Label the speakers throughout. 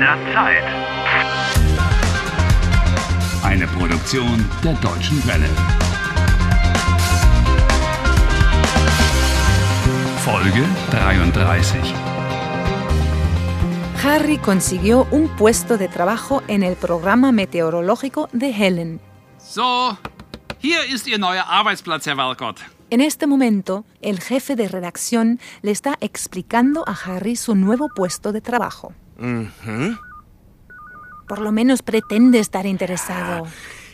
Speaker 1: der Zeit.
Speaker 2: Eine Produktion der Deutschen Welle. Folge 33.
Speaker 3: Harry consiguió un puesto de trabajo en el programa meteorológico de Helen.
Speaker 4: So, hier ist Ihr neuer Arbeitsplatz, Herr Walcott.
Speaker 3: En este momento, el jefe de redacción le está explicando a Harry su nuevo puesto de trabajo. Por lo menos pretende estar interesado.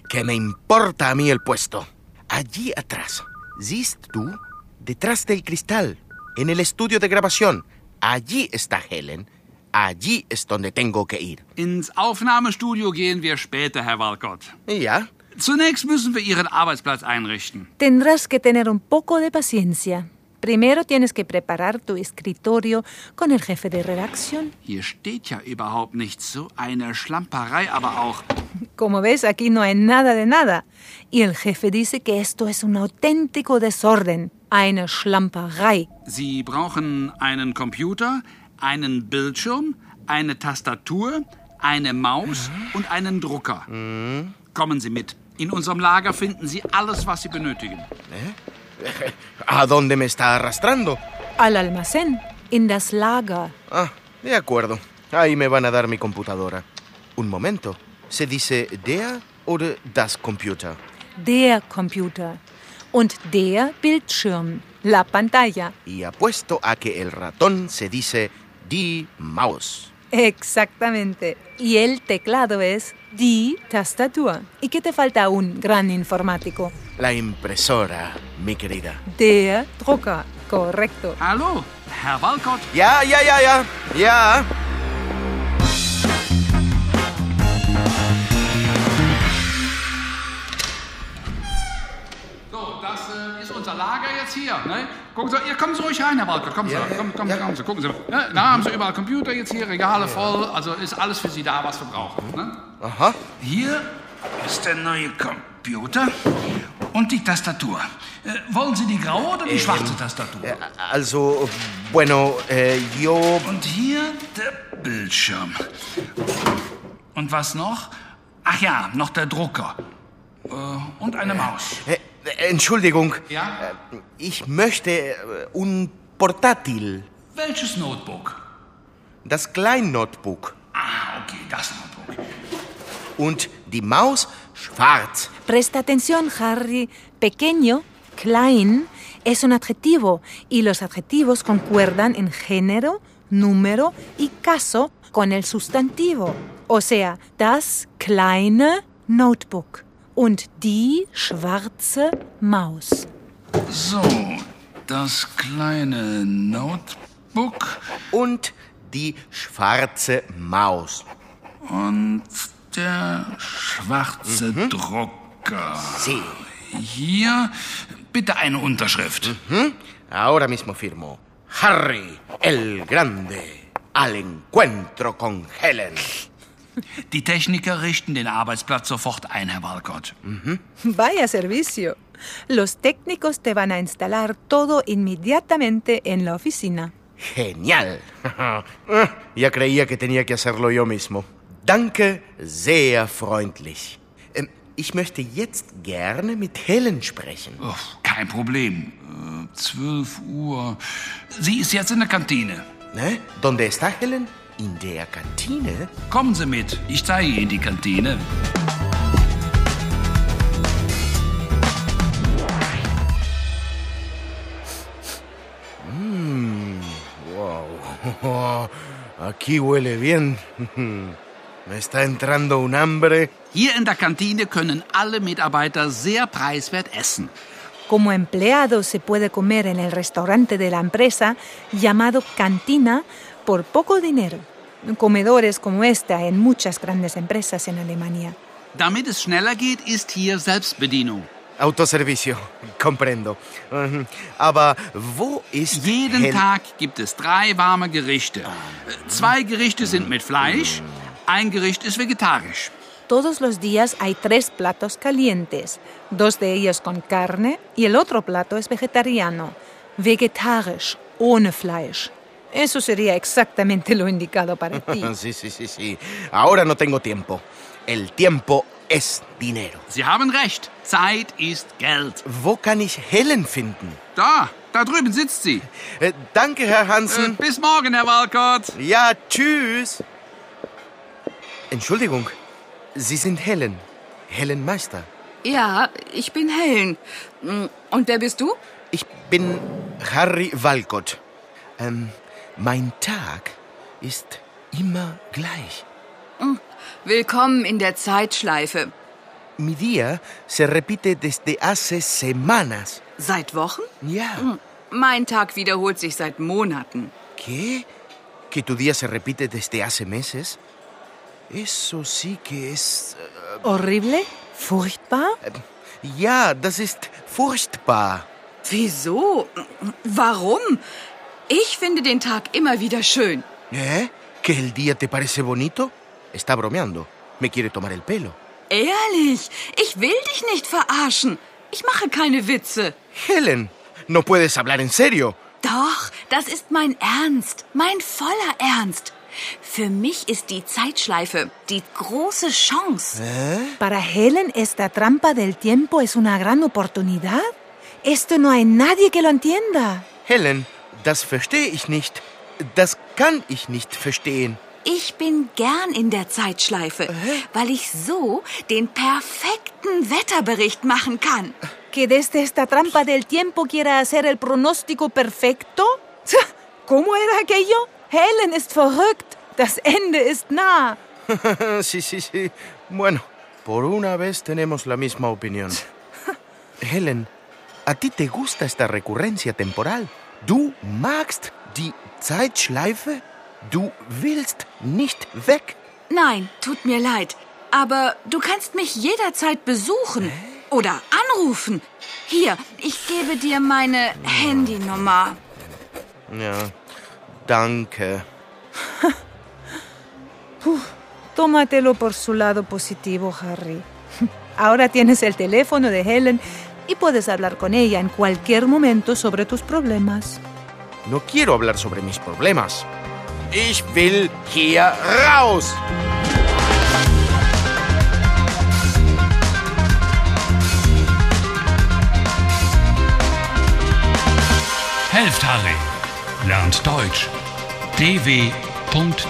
Speaker 5: Que me importa a mí el puesto. Allí atrás. ¿Siehst tú? Detrás del cristal. En el estudio de grabación. Allí está Helen. Allí es donde tengo que ir.
Speaker 4: Ins Aufnahmestudio gehen wir später, Herr Walcott.
Speaker 5: ¿Y ya?
Speaker 4: Zunächst müssen wir Ihren Arbeitsplatz einrichten.
Speaker 3: Tendrás que tener un poco de paciencia. Primero tienes que preparar tu escritorio con el jefe de redacción.
Speaker 4: Hier steht ja überhaupt nichts. So eine Schlamperei aber auch.
Speaker 3: Como ves, aquí no hay nada de nada. Y el jefe dice que esto es un auténtico desorden. Eine Schlamperei.
Speaker 4: Sie brauchen einen Computer, einen Bildschirm, eine Tastatur, eine Maus und einen Drucker. Kommen Sie mit. In unserem Lager finden Sie alles, was Sie benötigen.
Speaker 5: ¿A dónde me está arrastrando?
Speaker 3: Al almacén. In das Lager.
Speaker 5: Ah, de acuerdo. Ahí me van a dar mi computadora. Un momento. ¿Se dice der oder das Computer?
Speaker 3: Der Computer. Und der Bildschirm. La pantalla.
Speaker 5: Y apuesto a que el ratón se dice die Maus.
Speaker 3: Exactamente. Y el teclado es die Tastatur. ¿Y qué te falta aún, gran informático?
Speaker 5: La impresora, mi querida.
Speaker 3: Der Drucker. Correcto.
Speaker 4: Hallo, Herr Walcott.
Speaker 5: Ya, ya, ya, ya. Ya.
Speaker 4: So, das äh, ist unser Lager jetzt hier. Ne? Gucken Sie, ihr kommen Sie ruhig rein, Herr Walcott. Kommen Sie, kommen, kommen, kommen Sie, gucken Sie. Ne? Da haben Sie überall Computer jetzt hier, Regale voll. Also ist alles für Sie da, was wir brauchen. Ne?
Speaker 5: Ajá.
Speaker 4: Hier ist der neue Computer und die Tastatur. Äh, wollen Sie die graue oder die schwarze Tastatur?
Speaker 5: Eh, Also, bueno, eh, yo...
Speaker 4: Und hier der Bildschirm. Und was noch? Ach ja, noch der Drucker. Äh, und eine Maus.
Speaker 5: eh, Entschuldigung. Äh,
Speaker 4: Ja?
Speaker 5: Ich möchte eh, un portátil.
Speaker 4: Welches Notebook?
Speaker 5: Das Kleinnotebook.
Speaker 4: Ah, okay, das Notebook.
Speaker 5: Und die Maus schwarz.
Speaker 3: Presta atención, Harry. Pequeño, klein, es un adjetivo y los adjetivos concuerdan en género, número y caso con el sustantivo. O sea, das kleine Notebook und die schwarze Maus.
Speaker 4: So, das kleine Notebook
Speaker 5: Und die schwarze Maus.
Speaker 4: und der schwarze Drucker.
Speaker 5: Sí.
Speaker 4: Hier bitte eine Unterschrift.
Speaker 5: Ahora mismo firmo. Harry, el grande, al encuentro con Helen.
Speaker 4: Die Techniker richten den Arbeitsplatz sofort ein, Herr Walcott.
Speaker 3: Vaya servicio. Los técnicos te van a instalar todo inmediatamente en la oficina.
Speaker 5: Genial. Ah, ya creía que tenía que hacerlo yo mismo. Danke, sehr freundlich. Ähm, Ich möchte jetzt gerne mit Helen sprechen.
Speaker 4: Oh, kein Problem. Äh, 12 Uhr. Sie ist jetzt in der Kantine.
Speaker 5: Ne? ¿Dónde está Helen? In der Kantine.
Speaker 4: Kommen Sie mit. Ich zeige Ihnen die Kantine.
Speaker 5: Hmm, Wow. Aquí huele bien. Me está entrando un hambre.
Speaker 4: Hier in der Kantine können alle Mitarbeiter sehr preiswert essen.
Speaker 3: Como empleado se puede comer en el restaurante de la empresa llamado cantina por poco dinero. Comedores como esta en muchas grandes empresas en Alemania.
Speaker 4: Damit es schneller geht, ist hier Selbstbedienung.
Speaker 5: Autoservicio, comprendo. Mhm. Aber wo ist
Speaker 4: Jeden
Speaker 5: Hel-
Speaker 4: Tag gibt es drei warme Gerichte. Äh, Zwei Gerichte sind mit Fleisch, ein Gericht ist vegetarisch.
Speaker 3: Todos los días hay tres platos calientes, dos de ellos con carne y el otro plato es vegetariano, vegetarisch, ohne Fleisch. Eso sería exactamente lo indicado para ti.
Speaker 5: Sí, sí, sí, sí. Ahora no tengo tiempo. El tiempo es dinero.
Speaker 4: Sie haben recht. Zeit ist Geld.
Speaker 5: Wo kann ich Helen finden?
Speaker 4: Da, da drüben sitzt sie.
Speaker 5: Eh, danke, Herr
Speaker 4: Äh,
Speaker 5: Hansen.
Speaker 4: bis morgen, Herr Walcott.
Speaker 5: Ja, tschüss. Entschuldigung, Sie sind Helen. Helen Meister.
Speaker 1: Ja, ich bin Helen. Mm, Und wer bist du?
Speaker 5: Ich bin Harry Walcott. Ähm, mein Tag ist immer gleich.
Speaker 1: Willkommen in der Zeitschleife.
Speaker 5: Mi día se repite desde hace semanas.
Speaker 1: Seit Wochen? Mm.
Speaker 5: Ja.
Speaker 1: Mein Tag wiederholt sich seit Monaten.
Speaker 5: ¿Qué? ¿Que tu día se repite desde hace meses? Eso sí que es...
Speaker 3: ¿Horrible? ¿Furchtbar?
Speaker 5: Ja, das ist furchtbar.
Speaker 1: Wieso? Mm, Warum? Ich finde den Tag immer wieder schön.
Speaker 5: ¿Eh? ¿Que el día te parece bonito? Está bromeando. Me quiere tomar el pelo.
Speaker 1: Ehrlich, ich will dich nicht verarschen. Ich mache keine Witze.
Speaker 5: Helen, no puedes hablar en serio.
Speaker 1: Doch, das ist mein Ernst, mein voller Ernst. Für mich ist die Zeitschleife die große Chance.
Speaker 3: Para Helen esta trampa del tiempo es una gran oportunidad. Esto no hay nadie que lo entienda.
Speaker 5: Helen, das verstehe ich nicht. Das kann ich nicht verstehen.
Speaker 1: Ich bin gern in der Zeitschleife, weil ich so den perfekten Wetterbericht machen kann.
Speaker 3: ¿Que desde esta trampa del tiempo quiera hacer el pronóstico perfecto? Tja, ¿Cómo era aquello? Helen ist verrückt. Das Ende ist nah.
Speaker 5: sí, sí, sí. Bueno, por una vez tenemos la misma opinión. Helen, a ti te gusta esta recurrencia temporal. Du magst die Zeitschleife. Du willst nicht weg.
Speaker 1: Nein, tut mir leid, aber du kannst mich jederzeit besuchen oder anrufen. Hier, ich gebe dir meine Handynummer.
Speaker 5: Ja, danke.
Speaker 3: Tómatelo por su lado positivo, Harry. Ahora tienes el teléfono de Helen y puedes hablar con ella en cualquier momento sobre tus problemas.
Speaker 5: No quiero hablar sobre mis problemas. Ich will hier raus.
Speaker 2: Helft Harry. Lernt Deutsch. dw.com/harry.